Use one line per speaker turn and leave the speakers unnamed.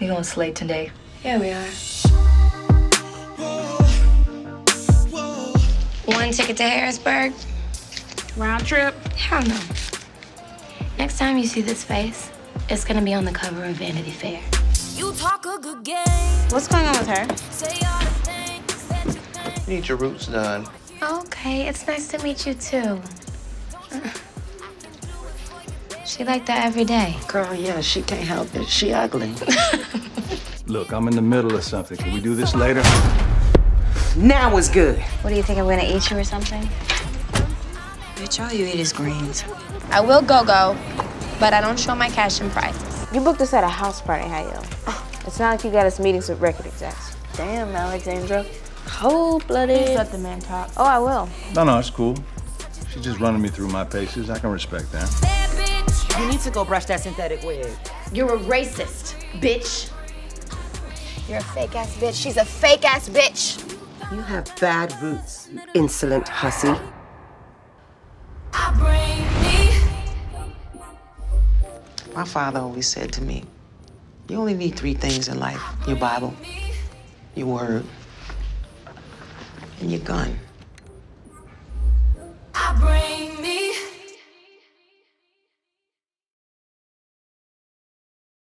We going to slay today.
Yeah, we are. One ticket to Harrisburg?
Round trip.
Hell no. Next time you see this face, it's gonna be on the cover of Vanity Fair.
You talk a good game,
What's going on with her?
say all the things that you think.
Need your roots done.
Okay, it's nice to meet you too. She like that every day.
Girl, yeah, she can't help it. She ugly.
Look, I'm in the middle of something. Can we do this later?
now is good.
What do you think I'm gonna eat you or something?
Bitch, all you eat is greens.
I will go go, but I don't show my cash and prizes. You booked us at a house party, how you? It's not like you got us meetings with record execs. Damn, Alexandra. Cold blooded. Let the man talk. Oh, I will.
No, no, it's cool. She's just running me through my paces. I can respect that.
That bitch,
You need to go brush that synthetic wig.
You're a racist, bitch. You're a fake ass bitch. She's a fake ass bitch.
You have bad roots, you insolent hussy.
I bring me.
My father always said to me, You only need three things in life your Bible, your word, and your gun.